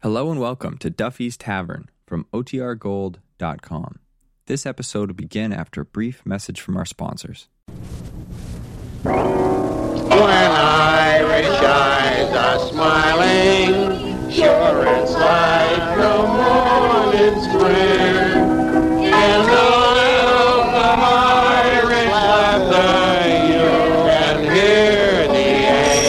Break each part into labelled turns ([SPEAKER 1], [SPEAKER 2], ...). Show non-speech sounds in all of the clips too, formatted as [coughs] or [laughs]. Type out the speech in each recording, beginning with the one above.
[SPEAKER 1] Hello and welcome to Duffy's Tavern from OTRGold.com. This episode will begin after a brief message from our sponsors.
[SPEAKER 2] When Irish eyes are smiling, sure it's like the morning spring. And the little from Irish laughter, you can hear the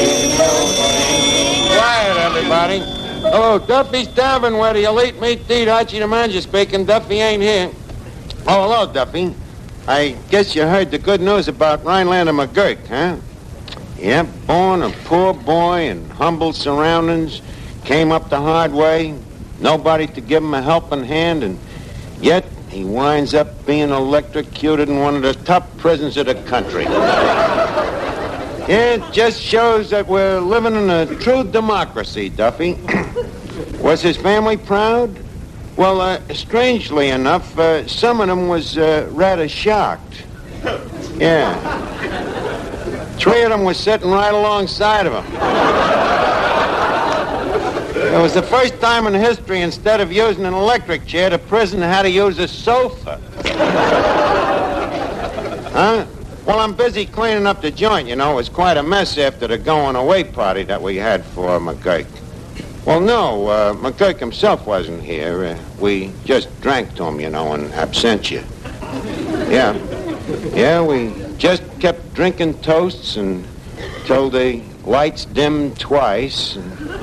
[SPEAKER 2] angels sing. Quiet, everybody. Hello, Duffy's Tavern, where the elite meet Deed Archie the manager speaking. Duffy ain't here. Oh, hello, Duffy. I guess you heard the good news about Rhinelander McGurk, huh? Yep, born a poor boy in humble surroundings, came up the hard way, nobody to give him a helping hand, and yet he winds up being electrocuted in one of the top prisons of the country. it just shows that we're living in a true democracy, Duffy. was his family proud? Well, uh, strangely enough, uh, some of them was uh, rather shocked. Yeah. Three of them were sitting right alongside of him. It was the first time in history, instead of using an electric chair, the prison had to use a sofa. huh? Well, I'm busy cleaning up the joint, you know. It was quite a mess after the going away party that we had for McGurk. Well, no, uh, McGurk himself wasn't here. Uh, we just drank to him, you know, in absentia. Yeah. Yeah, we just kept drinking toasts and till the lights dimmed twice. And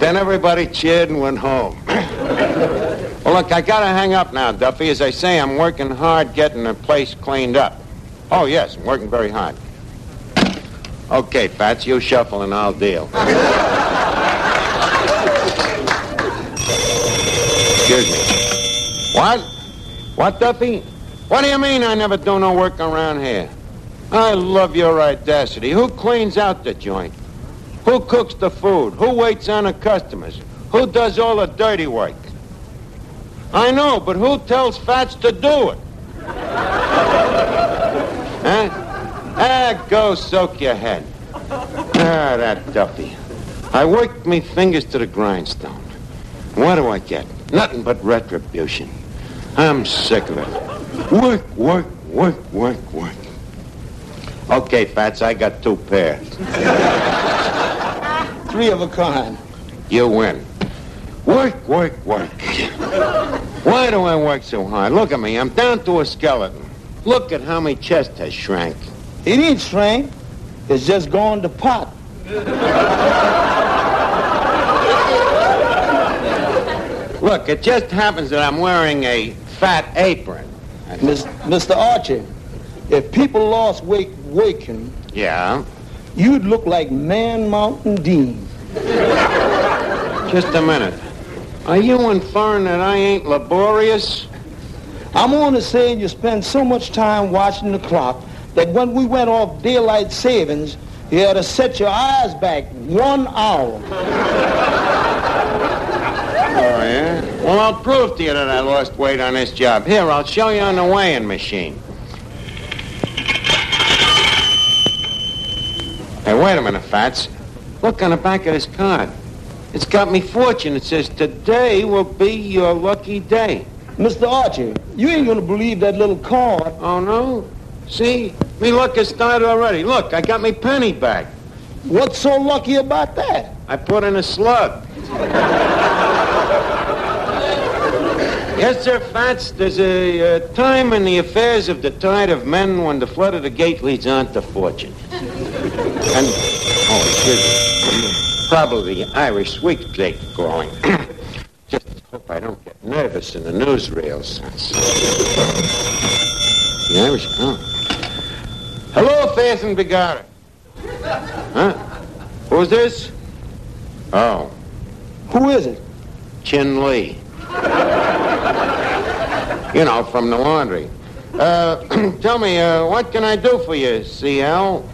[SPEAKER 2] then everybody cheered and went home. [clears throat] well, look, I gotta hang up now, Duffy. As I say, I'm working hard getting the place cleaned up. Oh, yes, I'm working very hard. Okay, Fats, you shuffle and I'll deal. Excuse me. What? What, Duffy? What do you mean I never do no work around here? I love your audacity. Who cleans out the joint? Who cooks the food? Who waits on the customers? Who does all the dirty work? I know, but who tells Fats to do it? [laughs] huh? Ah, go soak your head. Ah, that Duffy. I worked me fingers to the grindstone. What do I get? Nothing but retribution. I'm sick of it. Work, work, work, work, work. Okay, Fats, I got two pairs.
[SPEAKER 3] Three of a kind.
[SPEAKER 2] You win. Work, work, work. Why do I work so hard? Look at me. I'm down to a skeleton. Look at how my chest has shrank.
[SPEAKER 3] It ain't shrank. It's just gone to pot.
[SPEAKER 2] Look, it just happens that I'm wearing a fat apron.
[SPEAKER 3] Mis- Mr. Archie, if people lost weight waking,
[SPEAKER 2] Yeah.
[SPEAKER 3] you'd look like Man Mountain Dean.
[SPEAKER 2] Just a minute. Are you inferring that I ain't laborious?
[SPEAKER 3] I'm only saying you spend so much time watching the clock that when we went off daylight savings, you had to set your eyes back one hour.
[SPEAKER 2] Oh, yeah? Well, I'll prove to you that I lost weight on this job. Here, I'll show you on the weighing machine. Hey, wait a minute, Fats. Look on the back of this card. It's got me fortune. It says, Today will be your lucky day.
[SPEAKER 3] Mr. Archie, you ain't gonna believe that little card.
[SPEAKER 2] Oh, no? See? Me luck has started already. Look, I got me penny back.
[SPEAKER 3] What's so lucky about that?
[SPEAKER 2] I put in a slug. yes, sir, Fats. There's a uh, time in the affairs of the tide of men when the flood of the gate leads on to fortune. And, oh, excuse me. Probably Irish sweepstake going. [coughs] Just hope I don't get nervous in the newsreels. The Irish, oh. Hello, Faith and Begara. Huh? Who's this? Oh,
[SPEAKER 3] Who is it?
[SPEAKER 2] Chin Lee. you know, from the laundry. Uh, [clears throat] tell me, uh, what can I do for you, CL?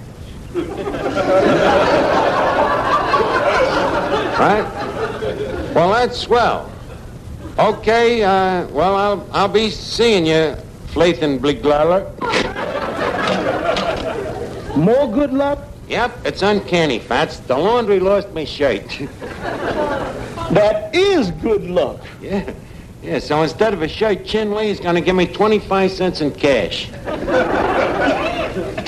[SPEAKER 2] right? Well, that's swell. Okay, uh, well, I'll, I'll be seeing you, Flathen Bliglaler.
[SPEAKER 3] More good luck?
[SPEAKER 2] Yep, it's uncanny, Fats. The laundry lost me shirt.
[SPEAKER 3] That is good luck.
[SPEAKER 2] [laughs] Yeah. Yeah, so instead of a shirt, Chin Lee is going to give me 25 cents in cash.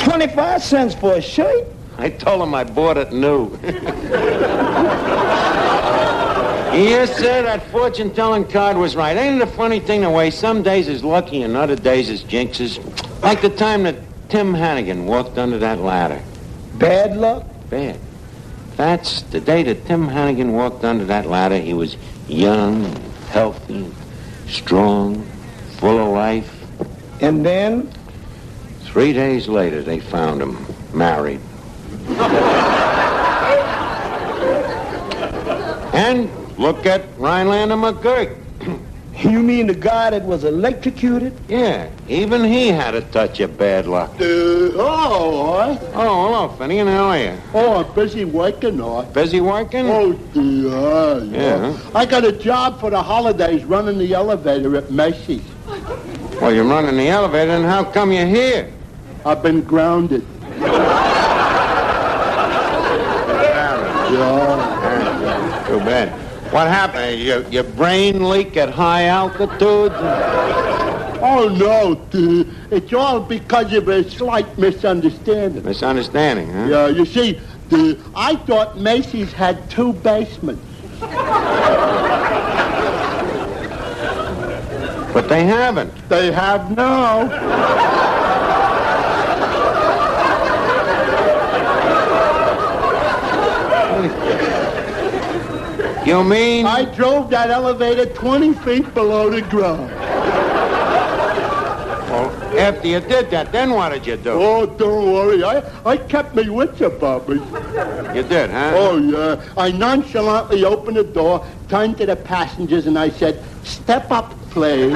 [SPEAKER 3] 25 cents for a shirt?
[SPEAKER 2] I told him I bought it new. [laughs] yes, sir, that fortune telling card was right. Ain't it a funny thing the way some days is lucky and other days is jinxes? Like the time that Tim Hannigan walked under that ladder.
[SPEAKER 3] Bad luck?
[SPEAKER 2] Bad. That's the day that Tim Hannigan walked under that ladder. He was young, healthy, strong, full of life.
[SPEAKER 3] And then?
[SPEAKER 2] Three days later, they found him married. and look at Rhinelander McGurk.
[SPEAKER 3] You mean the guy that was electrocuted?
[SPEAKER 2] Yeah, even he had a touch of bad luck.
[SPEAKER 4] Uh, oh,
[SPEAKER 2] Oh, hello, Finian. How are you?
[SPEAKER 4] I, oh, I'm busy working, I.
[SPEAKER 2] Busy working?
[SPEAKER 4] Oh, dear, yeah. I got a job for the holidays running the elevator at Macy's.
[SPEAKER 2] Well, you're running the elevator, and how come you're here?
[SPEAKER 4] I've been grounded. yeah.
[SPEAKER 2] Too bad. What happened? Uh, Your, your brain leak at high altitude?
[SPEAKER 4] Oh, no, dear. It's all because of a slight misunderstanding.
[SPEAKER 2] Misunderstanding, huh?
[SPEAKER 4] Yeah, you see, dear, I thought Macy's had two basements.
[SPEAKER 2] But they haven't.
[SPEAKER 4] They have now.
[SPEAKER 2] You mean?
[SPEAKER 4] I drove that elevator 20 feet below the ground.
[SPEAKER 2] Well, after you did that, then what did you do?
[SPEAKER 4] Oh, don't worry. I, I kept my wits about me.
[SPEAKER 2] You did, huh?
[SPEAKER 4] Oh, yeah. I nonchalantly opened the door, turned to the passengers, and I said, step up, please.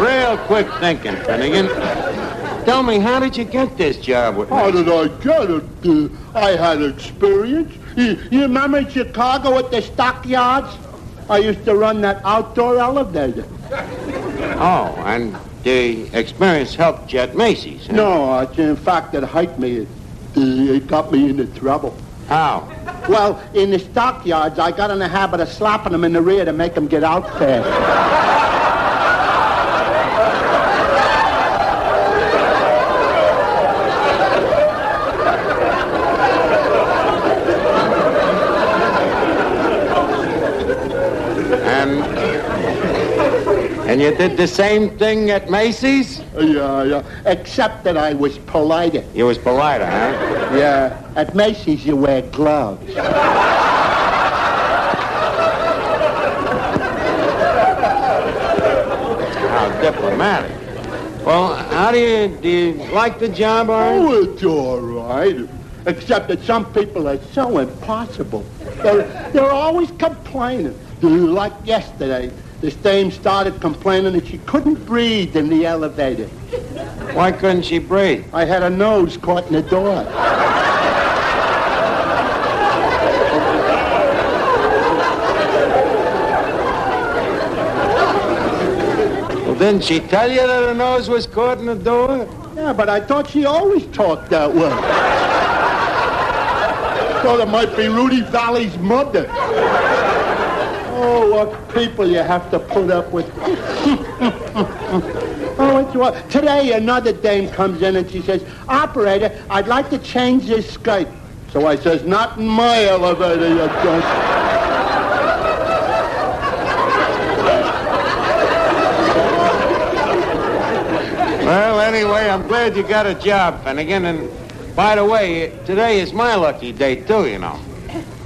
[SPEAKER 2] Real quick thinking, Finnegan. Tell me, how did you get this job with
[SPEAKER 4] How
[SPEAKER 2] me?
[SPEAKER 4] did I get it? Uh, I had experience. You, you remember in Chicago at the stockyards? I used to run that outdoor elevator.
[SPEAKER 2] Oh, and the experience helped you at Macy's. huh?
[SPEAKER 4] No, it's in fact, it hiked me. It, it got me into trouble.
[SPEAKER 2] How?
[SPEAKER 4] Well, in the stockyards, I got in the habit of slapping them in the rear to make them get out fast.
[SPEAKER 2] And and you did the same thing at Macy's?
[SPEAKER 4] Oh, Yeah, yeah. Except that I was politer.
[SPEAKER 2] You was politer, huh?
[SPEAKER 4] Yeah. At Macy's, you wear gloves.
[SPEAKER 2] How diplomatic. Well, how do you do? You like the job, all right?
[SPEAKER 4] Oh, it's all right. Except that some people are so impossible. They're, they're always complaining. Like yesterday, this dame started complaining that she couldn't breathe in the elevator.
[SPEAKER 2] Why couldn't she breathe?
[SPEAKER 4] I had a nose caught in the door.
[SPEAKER 2] Well, didn't she tell you that her nose was caught in the door?
[SPEAKER 4] Yeah, but I thought she always talked that way. Thought it might be Rudy Valley's mother. Oh, what people you have to put up with. [laughs] oh, it's wa- Today, another dame comes in and she says, Operator, I'd like to change this Skype. So I says, not in my elevator, you don't.
[SPEAKER 2] Well, anyway, I'm glad you got a job, Finnegan. And by the way, today is my lucky day, too, you know.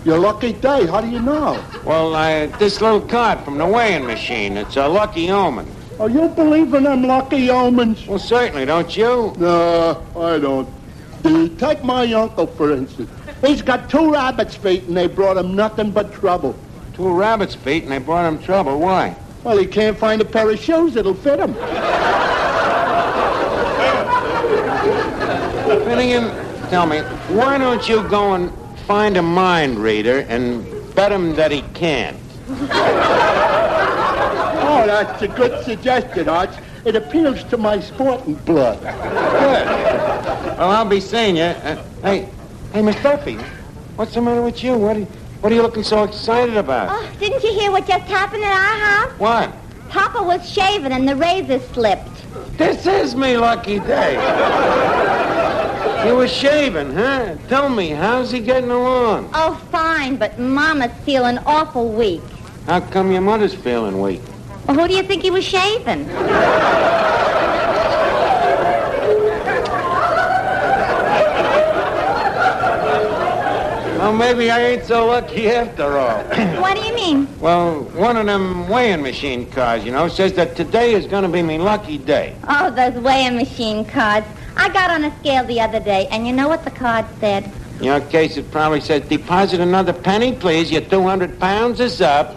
[SPEAKER 4] Your lucky day, how do you know?
[SPEAKER 2] Well, I, this little card from the weighing machine, it's a lucky omen.
[SPEAKER 4] Oh, you believe in them lucky omens?
[SPEAKER 2] Well, certainly, don't you?
[SPEAKER 4] No, I don't. Uh, Take my uncle, for instance. He's got two rabbit's feet, and they brought him nothing but trouble.
[SPEAKER 2] Two rabbit's feet, and they brought him trouble. Why?
[SPEAKER 4] Well, he can't find a pair of shoes that'll fit him.
[SPEAKER 2] Finnegan, tell me, why don't you go and find a mind reader and bet him that he can't?
[SPEAKER 4] Oh, that's a good suggestion, Arch. It appeals to my sporting blood.
[SPEAKER 2] Well, I'll be seeing you. Uh, hey, hey, Miss Duffy, What's the matter with you? What are you, what are you looking so excited about?
[SPEAKER 5] Oh, didn't you hear what just happened at our house?
[SPEAKER 2] What?
[SPEAKER 5] Papa was shaving and the razor slipped.
[SPEAKER 2] This is me lucky day. you were shaving, huh? Tell me, how's he getting along?
[SPEAKER 5] Oh, fine, but Mama's feeling awful weak.
[SPEAKER 2] How come your mother's feeling weak?
[SPEAKER 5] Well, who do you think he was shaving?
[SPEAKER 2] Well, maybe I ain't so lucky after all.
[SPEAKER 5] what do you mean?
[SPEAKER 2] well, one of them weighing machine cars, you know, says that today is going to be me lucky day.
[SPEAKER 5] Oh, those weighing machine cards. I got on a scale the other day, and you know what the card said?
[SPEAKER 2] In your case, it probably says, deposit another penny, please. Your 200 pounds is up.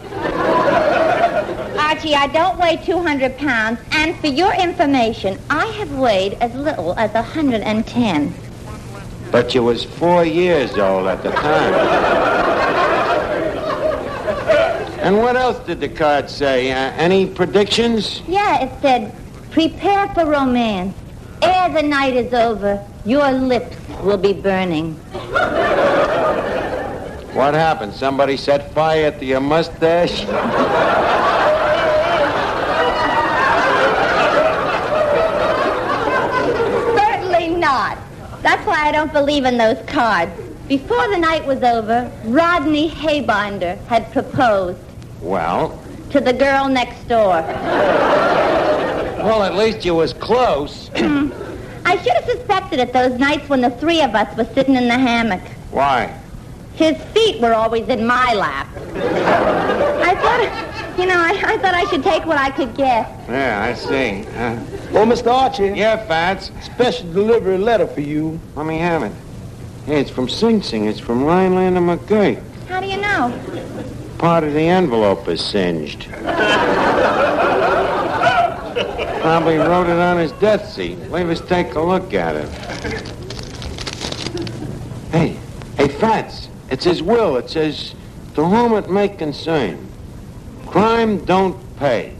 [SPEAKER 5] Archie, I don't weigh 200 pounds, and for your information, I have weighed as little as 110.
[SPEAKER 2] But you was four years old at the time. and what else did the card say? Uh, any predictions?
[SPEAKER 5] Yeah, it said, prepare for romance. Ere the night is over, your lips will be burning.
[SPEAKER 2] What happened? Somebody set fire to your mustache?
[SPEAKER 5] Certainly not. That's why I don't believe in those cards. Before the night was over, Rodney Haybinder had proposed
[SPEAKER 2] Well,
[SPEAKER 5] to the girl next door.
[SPEAKER 2] well, at least you was close.
[SPEAKER 5] I should have suspected it those nights when the three of us were sitting in the hammock.
[SPEAKER 2] Why?
[SPEAKER 5] His feet were always in my lap. I thought, you know, I, I thought I should take what I could get.
[SPEAKER 2] Yeah, I see. Uh,
[SPEAKER 3] Oh, Mr. Archie,
[SPEAKER 2] yeah, Fats.
[SPEAKER 3] special delivery letter for you.
[SPEAKER 2] Let me have it. Hey, it's from Sing Sing. It's from Rhinelander McGee.
[SPEAKER 5] How do you know?
[SPEAKER 2] Part of the envelope is singed. Probably wrote it on his death seat. Let us take a look at it. Hey, hey, Fats. It's his will. It says, to whom it may concern, crime don't pay.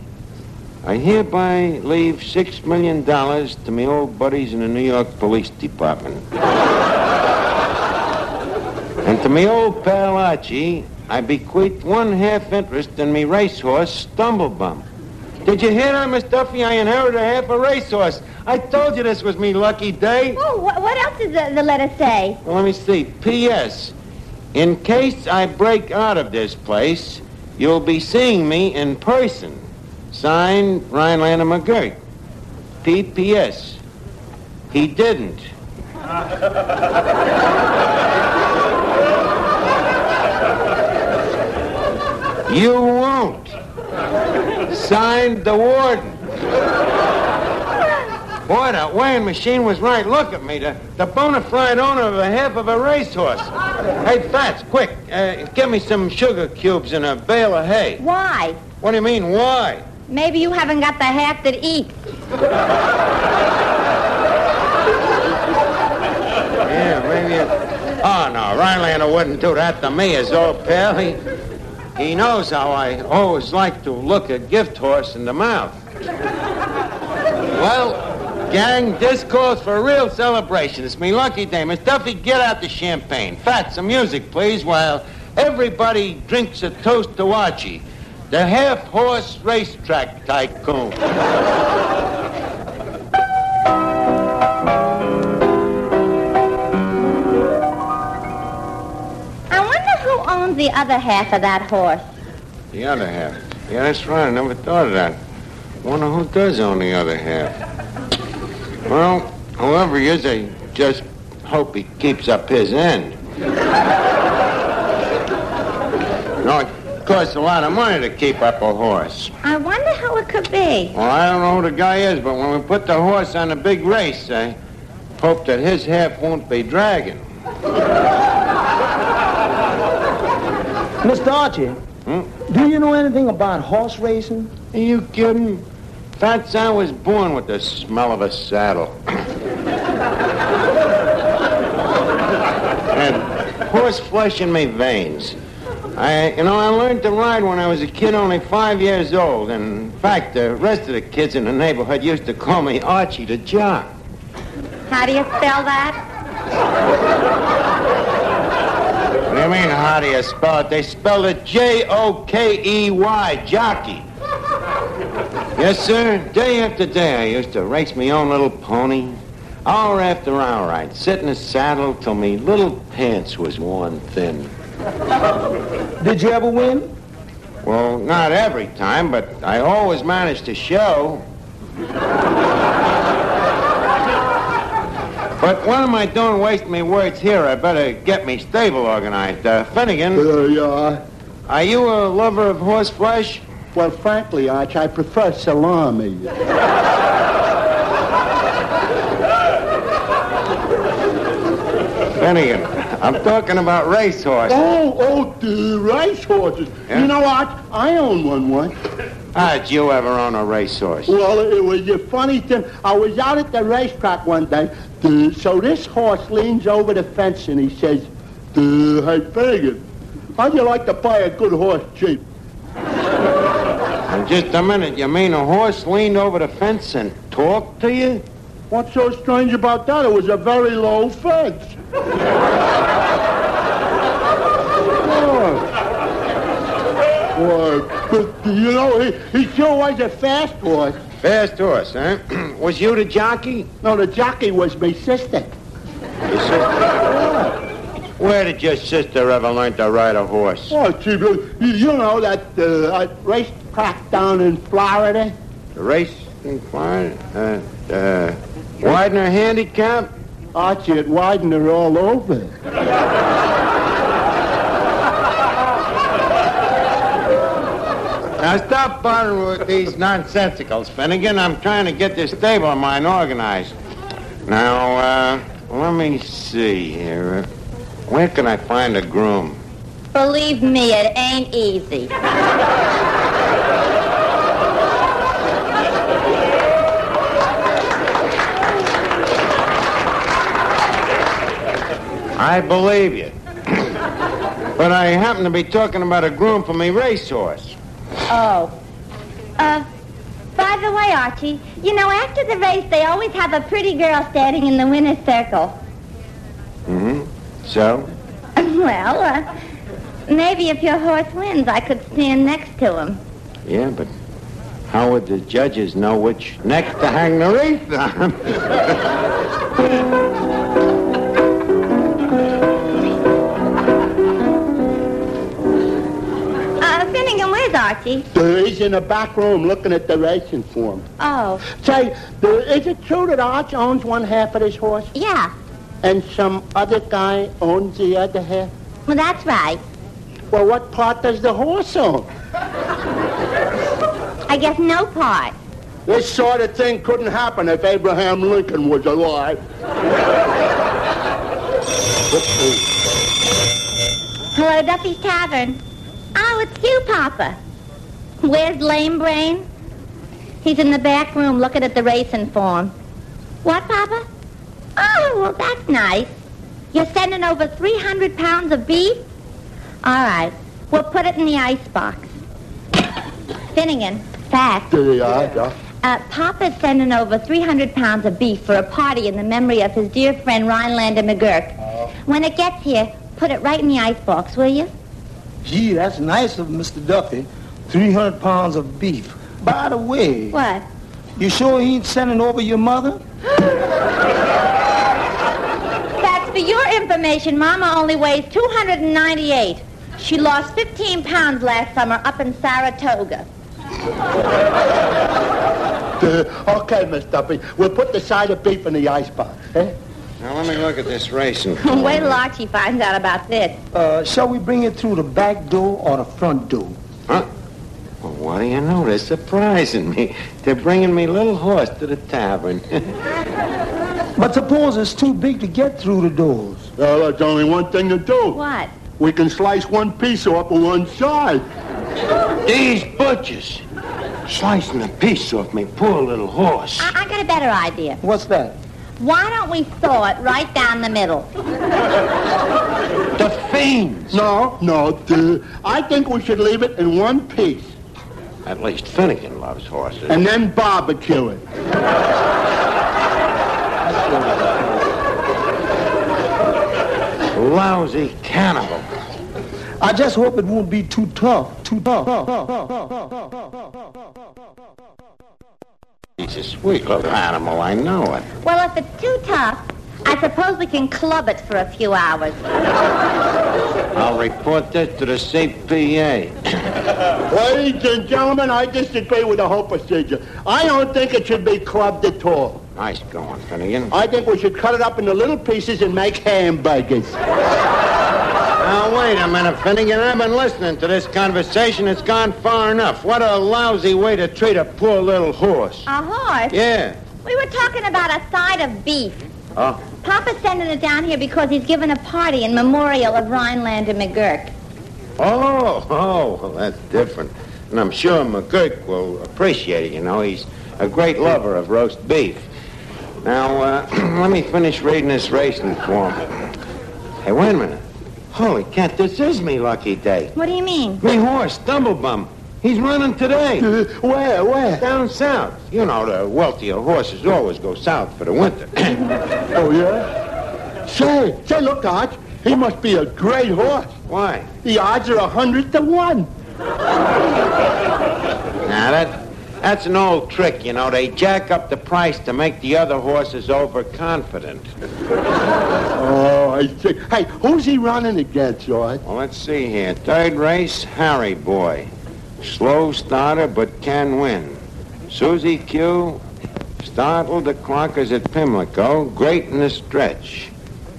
[SPEAKER 2] I hereby leave six million dollars to me old buddies in the New York Police Department. And to me old pal Archie, I bequeath one half interest in me racehorse, Stumblebum. Did you hear that, Miss Duffy? I inherited a half a racehorse. I told you this was me lucky day.
[SPEAKER 5] Oh, wh- what else does the, the letter say?
[SPEAKER 2] Well, let me see. P.S. In case I break out of this place, you'll be seeing me in person. Signed, Rhinelander McGurk. P.P.S. He didn't. you won't. Signed the warden. Boy, that weighing machine was right. Look at me, the, the bona fide owner of a half of a racehorse. Hey, Fats, quick, uh, get me some sugar cubes and a bale of hay.
[SPEAKER 5] Why?
[SPEAKER 2] What do you mean, why?
[SPEAKER 5] Maybe you haven't got the half that eats.
[SPEAKER 2] Yeah, maybe it... Oh, no, Rhinelander wouldn't do that to me, his old pal. He, he knows how I always like to look a gift horse in the mouth. Well, gang, this calls for a real celebration. It's me lucky day. Miss Duffy, get out the champagne. Fat, some music, please, while everybody drinks a toast to Archie, the half-horse racetrack tycoon.
[SPEAKER 5] I wonder who owns the other half of that horse.
[SPEAKER 2] The other half. Yeah, that's right. I never thought of that. Wonder who does own the other half. Well, whoever he is, I just hope he keeps up his end. no, it costs a lot of money to keep up a horse.
[SPEAKER 5] I wonder who it could be.
[SPEAKER 2] Well, I don't know who the guy is, but when we put the horse on the big race, I hope that his half won't be dragging.
[SPEAKER 3] Mr. Archie, do you know anything about horse racing?
[SPEAKER 2] Are you kidding? Fats, I was born with the smell of a saddle. [laughs] and horse flesh in my veins. I, you know, I learned to ride when I was a kid, only five years old. In fact, the rest of the kids in the neighborhood used to call me Archie the Jock.
[SPEAKER 5] How do you spell that?
[SPEAKER 2] What do You mean how do you spell it? They spelled it J O K E Y, jockey. yes, sir. Day after day, I used to race my own little pony. Hour after hour, I'd sit in the saddle till me little pants was worn thin.
[SPEAKER 3] Did you ever win?
[SPEAKER 2] Well, not every time, but I always managed to show. but what am I doing wasting my words here? I better get me stable organized. Uh, Finnegan,
[SPEAKER 4] There you are.
[SPEAKER 2] are you a lover of horse flesh?
[SPEAKER 4] Well, frankly, Arch, I prefer salami.
[SPEAKER 2] Finnegan, I'm talking about racehorses.
[SPEAKER 4] Oh, oh, the race horses.
[SPEAKER 2] Yeah.
[SPEAKER 4] You know what? I own one once.
[SPEAKER 2] How'd you ever own a racehorse?
[SPEAKER 4] Well, it was a funny thing. I was out at the racetrack one day, the- so this horse leans over the fence and he says, "The- Hey, Finnegan, how'd you like to buy a good horse cheap?
[SPEAKER 2] In just a minute, you mean a horse leaned over the fence and talked to you?
[SPEAKER 4] What's so strange about that? It was a very low fence. [laughs] Oh. Boy, Boy, but you know, he, he sure was a fast horse.
[SPEAKER 2] Fast horse, huh? [clears throat] was you the jockey?
[SPEAKER 4] No, the jockey was my sister.
[SPEAKER 2] Where did your sister ever learn to ride a horse?
[SPEAKER 4] Oh, gee, but you, you know that uh, uh, racetrack down in Florida?
[SPEAKER 2] The race in Florida? Uh, uh, Widener handicap?
[SPEAKER 4] Archie, it widened her all over.
[SPEAKER 2] Now stop bothering with these nonsensicals, Finnegan. I'm trying to get this stable of mine organized. Now, uh, let me see here. Where can I find a groom?
[SPEAKER 5] Believe me, it ain't easy.
[SPEAKER 2] I believe you. [coughs] but I happen to be talking about a groom for me racehorse.
[SPEAKER 5] Oh. Uh, by the way, Archie, you know, after the race, they always have a pretty girl standing in the winner's circle. [laughs]
[SPEAKER 2] So?
[SPEAKER 5] Well, uh, maybe if your horse wins, I could stand next to him.
[SPEAKER 2] Yeah, but how would the judges know which neck to hang the wreath on? [laughs]
[SPEAKER 5] Uh, Finnegan, where's Archie?
[SPEAKER 4] Uh, He's in the back room looking at the racing form.
[SPEAKER 5] Oh,
[SPEAKER 4] Say, uh, is it true that Arch owns one half of this horse
[SPEAKER 5] yeah.
[SPEAKER 4] and some other guy owns the other half?
[SPEAKER 5] Well, that's right.
[SPEAKER 4] Well, what part does the horse own?
[SPEAKER 5] I guess no part.
[SPEAKER 4] This sort of thing couldn't happen if Abraham Lincoln was alive.
[SPEAKER 5] Hello, Duffy's Tavern. Oh, it's you, Papa. Where's Lame Brain? He's in the back room looking at the racing form. What, Papa? Oh, well, that's nice. You're sending over 300 pounds of beef? All right. We'll put it in the icebox. Finnegan, fast.
[SPEAKER 4] There you are, Doc.
[SPEAKER 5] Uh, Papa's sending over 300 pounds of beef for a party in the memory of his dear friend Rhinelander McGurk. When it gets here, put it right in the icebox, will you?
[SPEAKER 3] Gee, that's nice of Mr. Duffy. 300 pounds of beef. By the way,
[SPEAKER 5] What?
[SPEAKER 3] you sure he ain't sending over your mother?
[SPEAKER 5] That's for your information. Mama only weighs 298. She lost 15 pounds last summer up in Saratoga. [laughs]
[SPEAKER 4] Uh, okay, Miss Duffy, we'll put the side of beef in the icebox. Eh?
[SPEAKER 2] Now let me look at this
[SPEAKER 5] [laughs]
[SPEAKER 2] racing.
[SPEAKER 5] Wait till Archie finds out about this.
[SPEAKER 3] Uh, shall we bring it through the back door or the front door?
[SPEAKER 2] Huh? Well, what do you know? They're surprising me. They're bringing me little horse to the tavern.
[SPEAKER 3] But suppose it's too big to get through the doors.
[SPEAKER 4] Well, there's only one thing to do.
[SPEAKER 5] What?
[SPEAKER 4] We can slice one piece off of one side.
[SPEAKER 2] These butchers slicing a piece off me poor little horse.
[SPEAKER 5] I, I got a better idea.
[SPEAKER 3] What's that?
[SPEAKER 5] Why don't we thaw it right down the middle?
[SPEAKER 2] The fiends.
[SPEAKER 4] No, no. The, I think we should leave it in one piece
[SPEAKER 2] At least Finnegan loves horses.
[SPEAKER 4] and then barbecue it.
[SPEAKER 2] Lousy cannibal.
[SPEAKER 3] I just hope it won't be too tough, too tough.
[SPEAKER 2] He's a sweet little animal, I know it.
[SPEAKER 5] Well, if it's too tough, I suppose we can club it for a few hours.
[SPEAKER 2] I'll report this to the CPA.
[SPEAKER 4] Ladies and gentlemen, I disagree with the whole procedure. I don't think it should be clubbed at all.
[SPEAKER 2] Nice going, Finnegan.
[SPEAKER 4] I think we should cut it up into little pieces and make hamburgers. [laughs]
[SPEAKER 2] Now, wait a minute, Finnegan. I've been listening to this conversation. It's gone far enough. What a lousy way to treat a poor little horse.
[SPEAKER 5] A horse?
[SPEAKER 2] Yeah.
[SPEAKER 5] We were talking about a side of beef.
[SPEAKER 2] Oh,
[SPEAKER 5] Papa's sending it down here because he's giving a party in memorial of Rhinelander McGurk.
[SPEAKER 2] Oh, oh, well, that's different. And I'm sure McGurk will appreciate it, you know. He's a great lover of roast beef. Now, uh, [clears throat] let me finish reading this racing form. Hey, wait a minute. Holy cat, this is me lucky day.
[SPEAKER 5] What do you mean?
[SPEAKER 2] Me horse, Stumblebum. He's running today.
[SPEAKER 4] Where, where?
[SPEAKER 2] Down south. You know, the wealthier horses always go south for the winter. [coughs]
[SPEAKER 4] Oh, yeah? Say, say, look, Arch, he must be a great horse.
[SPEAKER 2] Why?
[SPEAKER 4] The odds are a hundred to one.
[SPEAKER 2] Now, that, that's an old trick, you know. They jack up the price to make the other horses overconfident.
[SPEAKER 4] Oh, I see. Hey, who's he running against, George?
[SPEAKER 2] Well, let's see here. Third race, Harry Boy. Slow starter, but can win. Susie Q. Startled the clockers at Pimlico. Great in the stretch.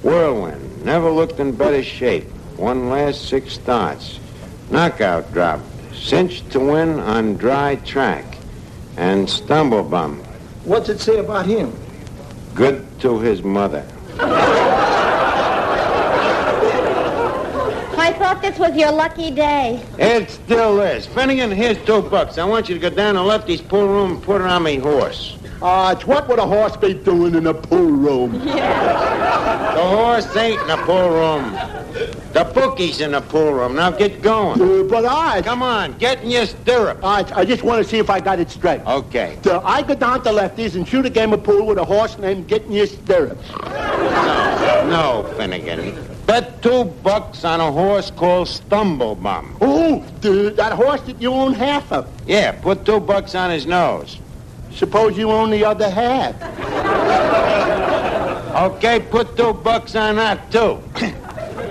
[SPEAKER 2] Whirlwind. Never looked in better shape. Won last six starts. Knockout drop. Cinched to win on dry track. And Stumblebum.
[SPEAKER 3] What's it say about him?
[SPEAKER 2] Good to his mother.
[SPEAKER 5] I thought this was your lucky day.
[SPEAKER 2] It still is. Finnegan, here's two bucks. I want you to go down to Lefty's pool room and put her on me horse.
[SPEAKER 4] Arch, Uh, what would a horse be doing in a pool room?
[SPEAKER 2] The horse ain't in the pool room. The bookie's in the pool room. Now get going.
[SPEAKER 4] Uh, but Arch,
[SPEAKER 2] Come on, get in your stirrup.
[SPEAKER 4] Arch, I just want to see if I got it straight.
[SPEAKER 2] Okay.
[SPEAKER 4] So I go down to lefties and shoot a game of pool with a horse named Getting Your Stirrups.
[SPEAKER 2] No, Finnegan. Bet two bucks on a horse called Stumblebum.
[SPEAKER 4] Oh, dude, that horse that you own half of.
[SPEAKER 2] Yeah, put two bucks on his nose.
[SPEAKER 4] Suppose you own the other half. Uh,
[SPEAKER 2] Okay, put two bucks on that, too.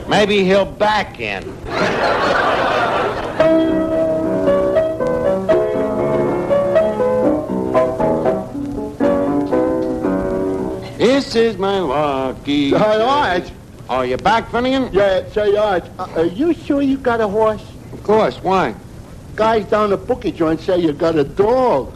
[SPEAKER 2] Maybe he'll back in. This is my lucky.
[SPEAKER 4] Hey, Arch,
[SPEAKER 2] Are you back, Finnegan?
[SPEAKER 4] Uh-huh. yeah, say, Arch, uh, are you sure you got a horse?
[SPEAKER 2] Of course. Why?
[SPEAKER 4] Guys down at Bookie Joint say you got a dog.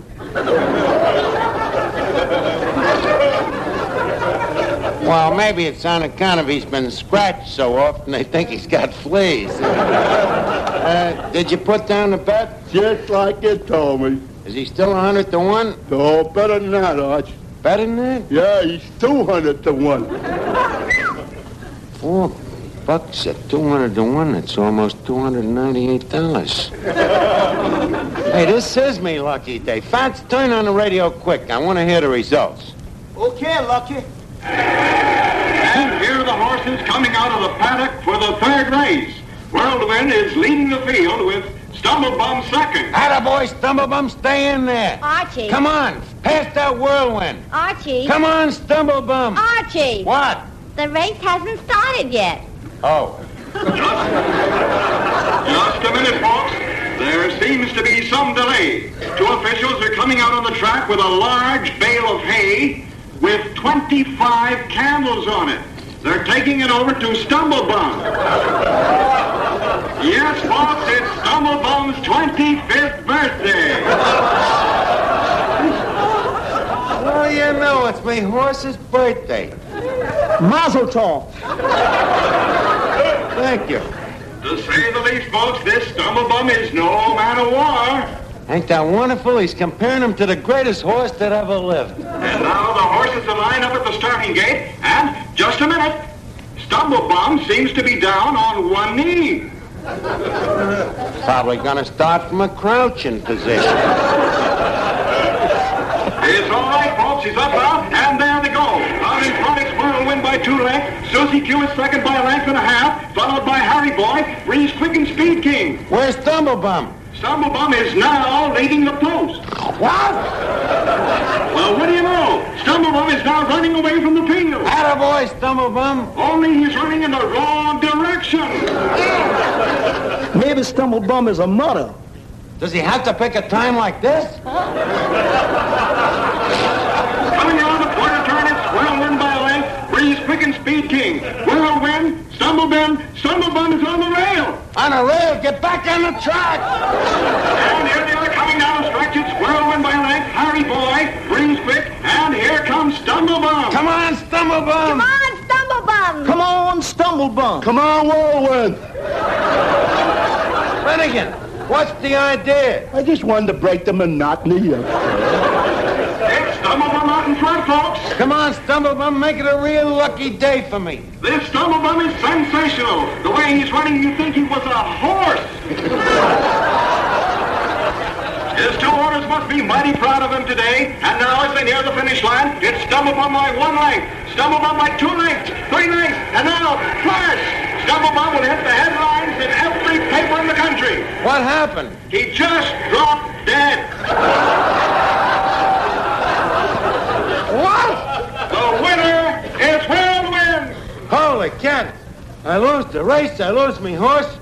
[SPEAKER 2] Well, maybe it's on account of he's been scratched so often they think he's got fleas. uh, did you put down the bet?
[SPEAKER 4] Just like you told me.
[SPEAKER 2] Is he still a hundred to one?
[SPEAKER 4] Oh, better than that, Arch.
[SPEAKER 2] Better than that?
[SPEAKER 4] Yeah, he's 200 to 1.
[SPEAKER 2] Four bucks at 200 to 1, that's almost $298. [laughs] hey, this is me lucky day. Fats, turn on the radio quick. I want to hear the results.
[SPEAKER 3] Okay, Lucky.
[SPEAKER 6] And here are the horses coming out of the paddock for the third race. Whirlwind is leading the field with Stumblebum second.
[SPEAKER 2] Attaboy, Stumblebum, stay in there.
[SPEAKER 5] Archie.
[SPEAKER 2] Come on, pass that whirlwind.
[SPEAKER 5] Archie.
[SPEAKER 2] Come on, Stumblebum.
[SPEAKER 5] Archie.
[SPEAKER 2] What?
[SPEAKER 5] The race hasn't started yet.
[SPEAKER 2] Oh,
[SPEAKER 6] Just a minute, folks. There seems to be some delay. Two officials are coming out on the track with a large bale of hay with 25 candles on it. They're taking it over to Stumblebum. yes, folks, it's Stumblebum's 25th birthday.
[SPEAKER 2] well, you know, it's me horse's birthday.
[SPEAKER 3] Mazel tov.
[SPEAKER 2] Thank you.
[SPEAKER 6] To say the least, folks, this Stumblebum is no man of war.
[SPEAKER 2] Ain't that wonderful? He's comparing him to the greatest horse that ever lived.
[SPEAKER 6] And now the horses are lined up at the starting gate, and just a minute, Stumblebum seems to be down on one knee.
[SPEAKER 2] Probably gonna start from a crouching position.
[SPEAKER 6] It's all right, folks. He's up out, and there they go. Out in front, it's Whirlwind by two lengths. Susie Jewett, second by length and a half, followed by Harry Boy, Reese Quick and Speed King.
[SPEAKER 2] Where's Stumblebum?
[SPEAKER 6] Stumblebum is now leading the post.
[SPEAKER 2] What?
[SPEAKER 6] Well, what do you know? Stumblebum is now running away from the field.
[SPEAKER 2] Attaboy, Stumblebum.
[SPEAKER 6] Only he's running in the wrong direction.
[SPEAKER 3] Maybe Stumblebum is a mutter.
[SPEAKER 2] Does he have to pick a time like this?
[SPEAKER 6] Coming around the corner turn, it's Whirlwind by a length, Breeze Quick and Speed King. Whirlwind, Stumblebum, Stumblebum is on the rail.
[SPEAKER 2] On a rail, get back on the track!
[SPEAKER 6] And here they are coming down the stretch. It's Whirlwind by a length, Harry Boy, Breeze Quick, and here comes Stumblebum.
[SPEAKER 2] Come on, Stumblebum!
[SPEAKER 5] Come on, Stumblebum!
[SPEAKER 3] Come on, Stumblebum.
[SPEAKER 4] Come on, Whirlwind.
[SPEAKER 2] Finnegan, what's the idea?
[SPEAKER 4] I just wanted to break the monotony of...
[SPEAKER 6] It's Stumblebum out in front, folks.
[SPEAKER 2] Come on, Stumblebum, make it a real lucky day for me.
[SPEAKER 6] This Stumblebum is sensational. The way he's running, you think he was a horse. His two owners must be mighty proud of him today. And now, as they near the finish line, it's Stumblebum by one length, Stumblebum by two lengths, three lengths, and now, flash! Stumblebum will hit the headlines in every paper in the country.
[SPEAKER 2] What happened?
[SPEAKER 6] He just dropped dead.
[SPEAKER 2] What?
[SPEAKER 6] The winner is Whirlwind.
[SPEAKER 2] Holy cat! I lose the race, I lose me horse.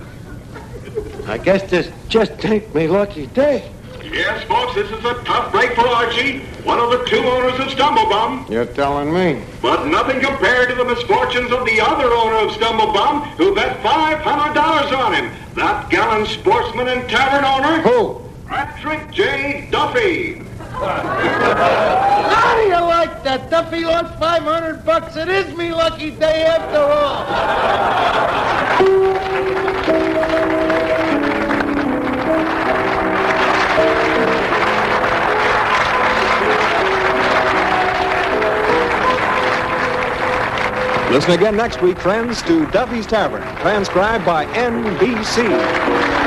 [SPEAKER 2] I guess this just ain't me lucky day.
[SPEAKER 6] Yes, folks, this is a tough break for Archie, one of the two owners of Stumblebum.
[SPEAKER 2] You're telling me.
[SPEAKER 6] But nothing compared to the misfortunes of the other owner of Stumblebum, who bet $500 on him. That gallant sportsman and tavern owner,
[SPEAKER 2] Who?
[SPEAKER 6] Patrick J. Duffy.
[SPEAKER 2] How do you like that? Duffy lost 500 bucks. It is me lucky day after all.
[SPEAKER 7] Listen again next week, friends, to Duffy's Tavern, transcribed by NBC.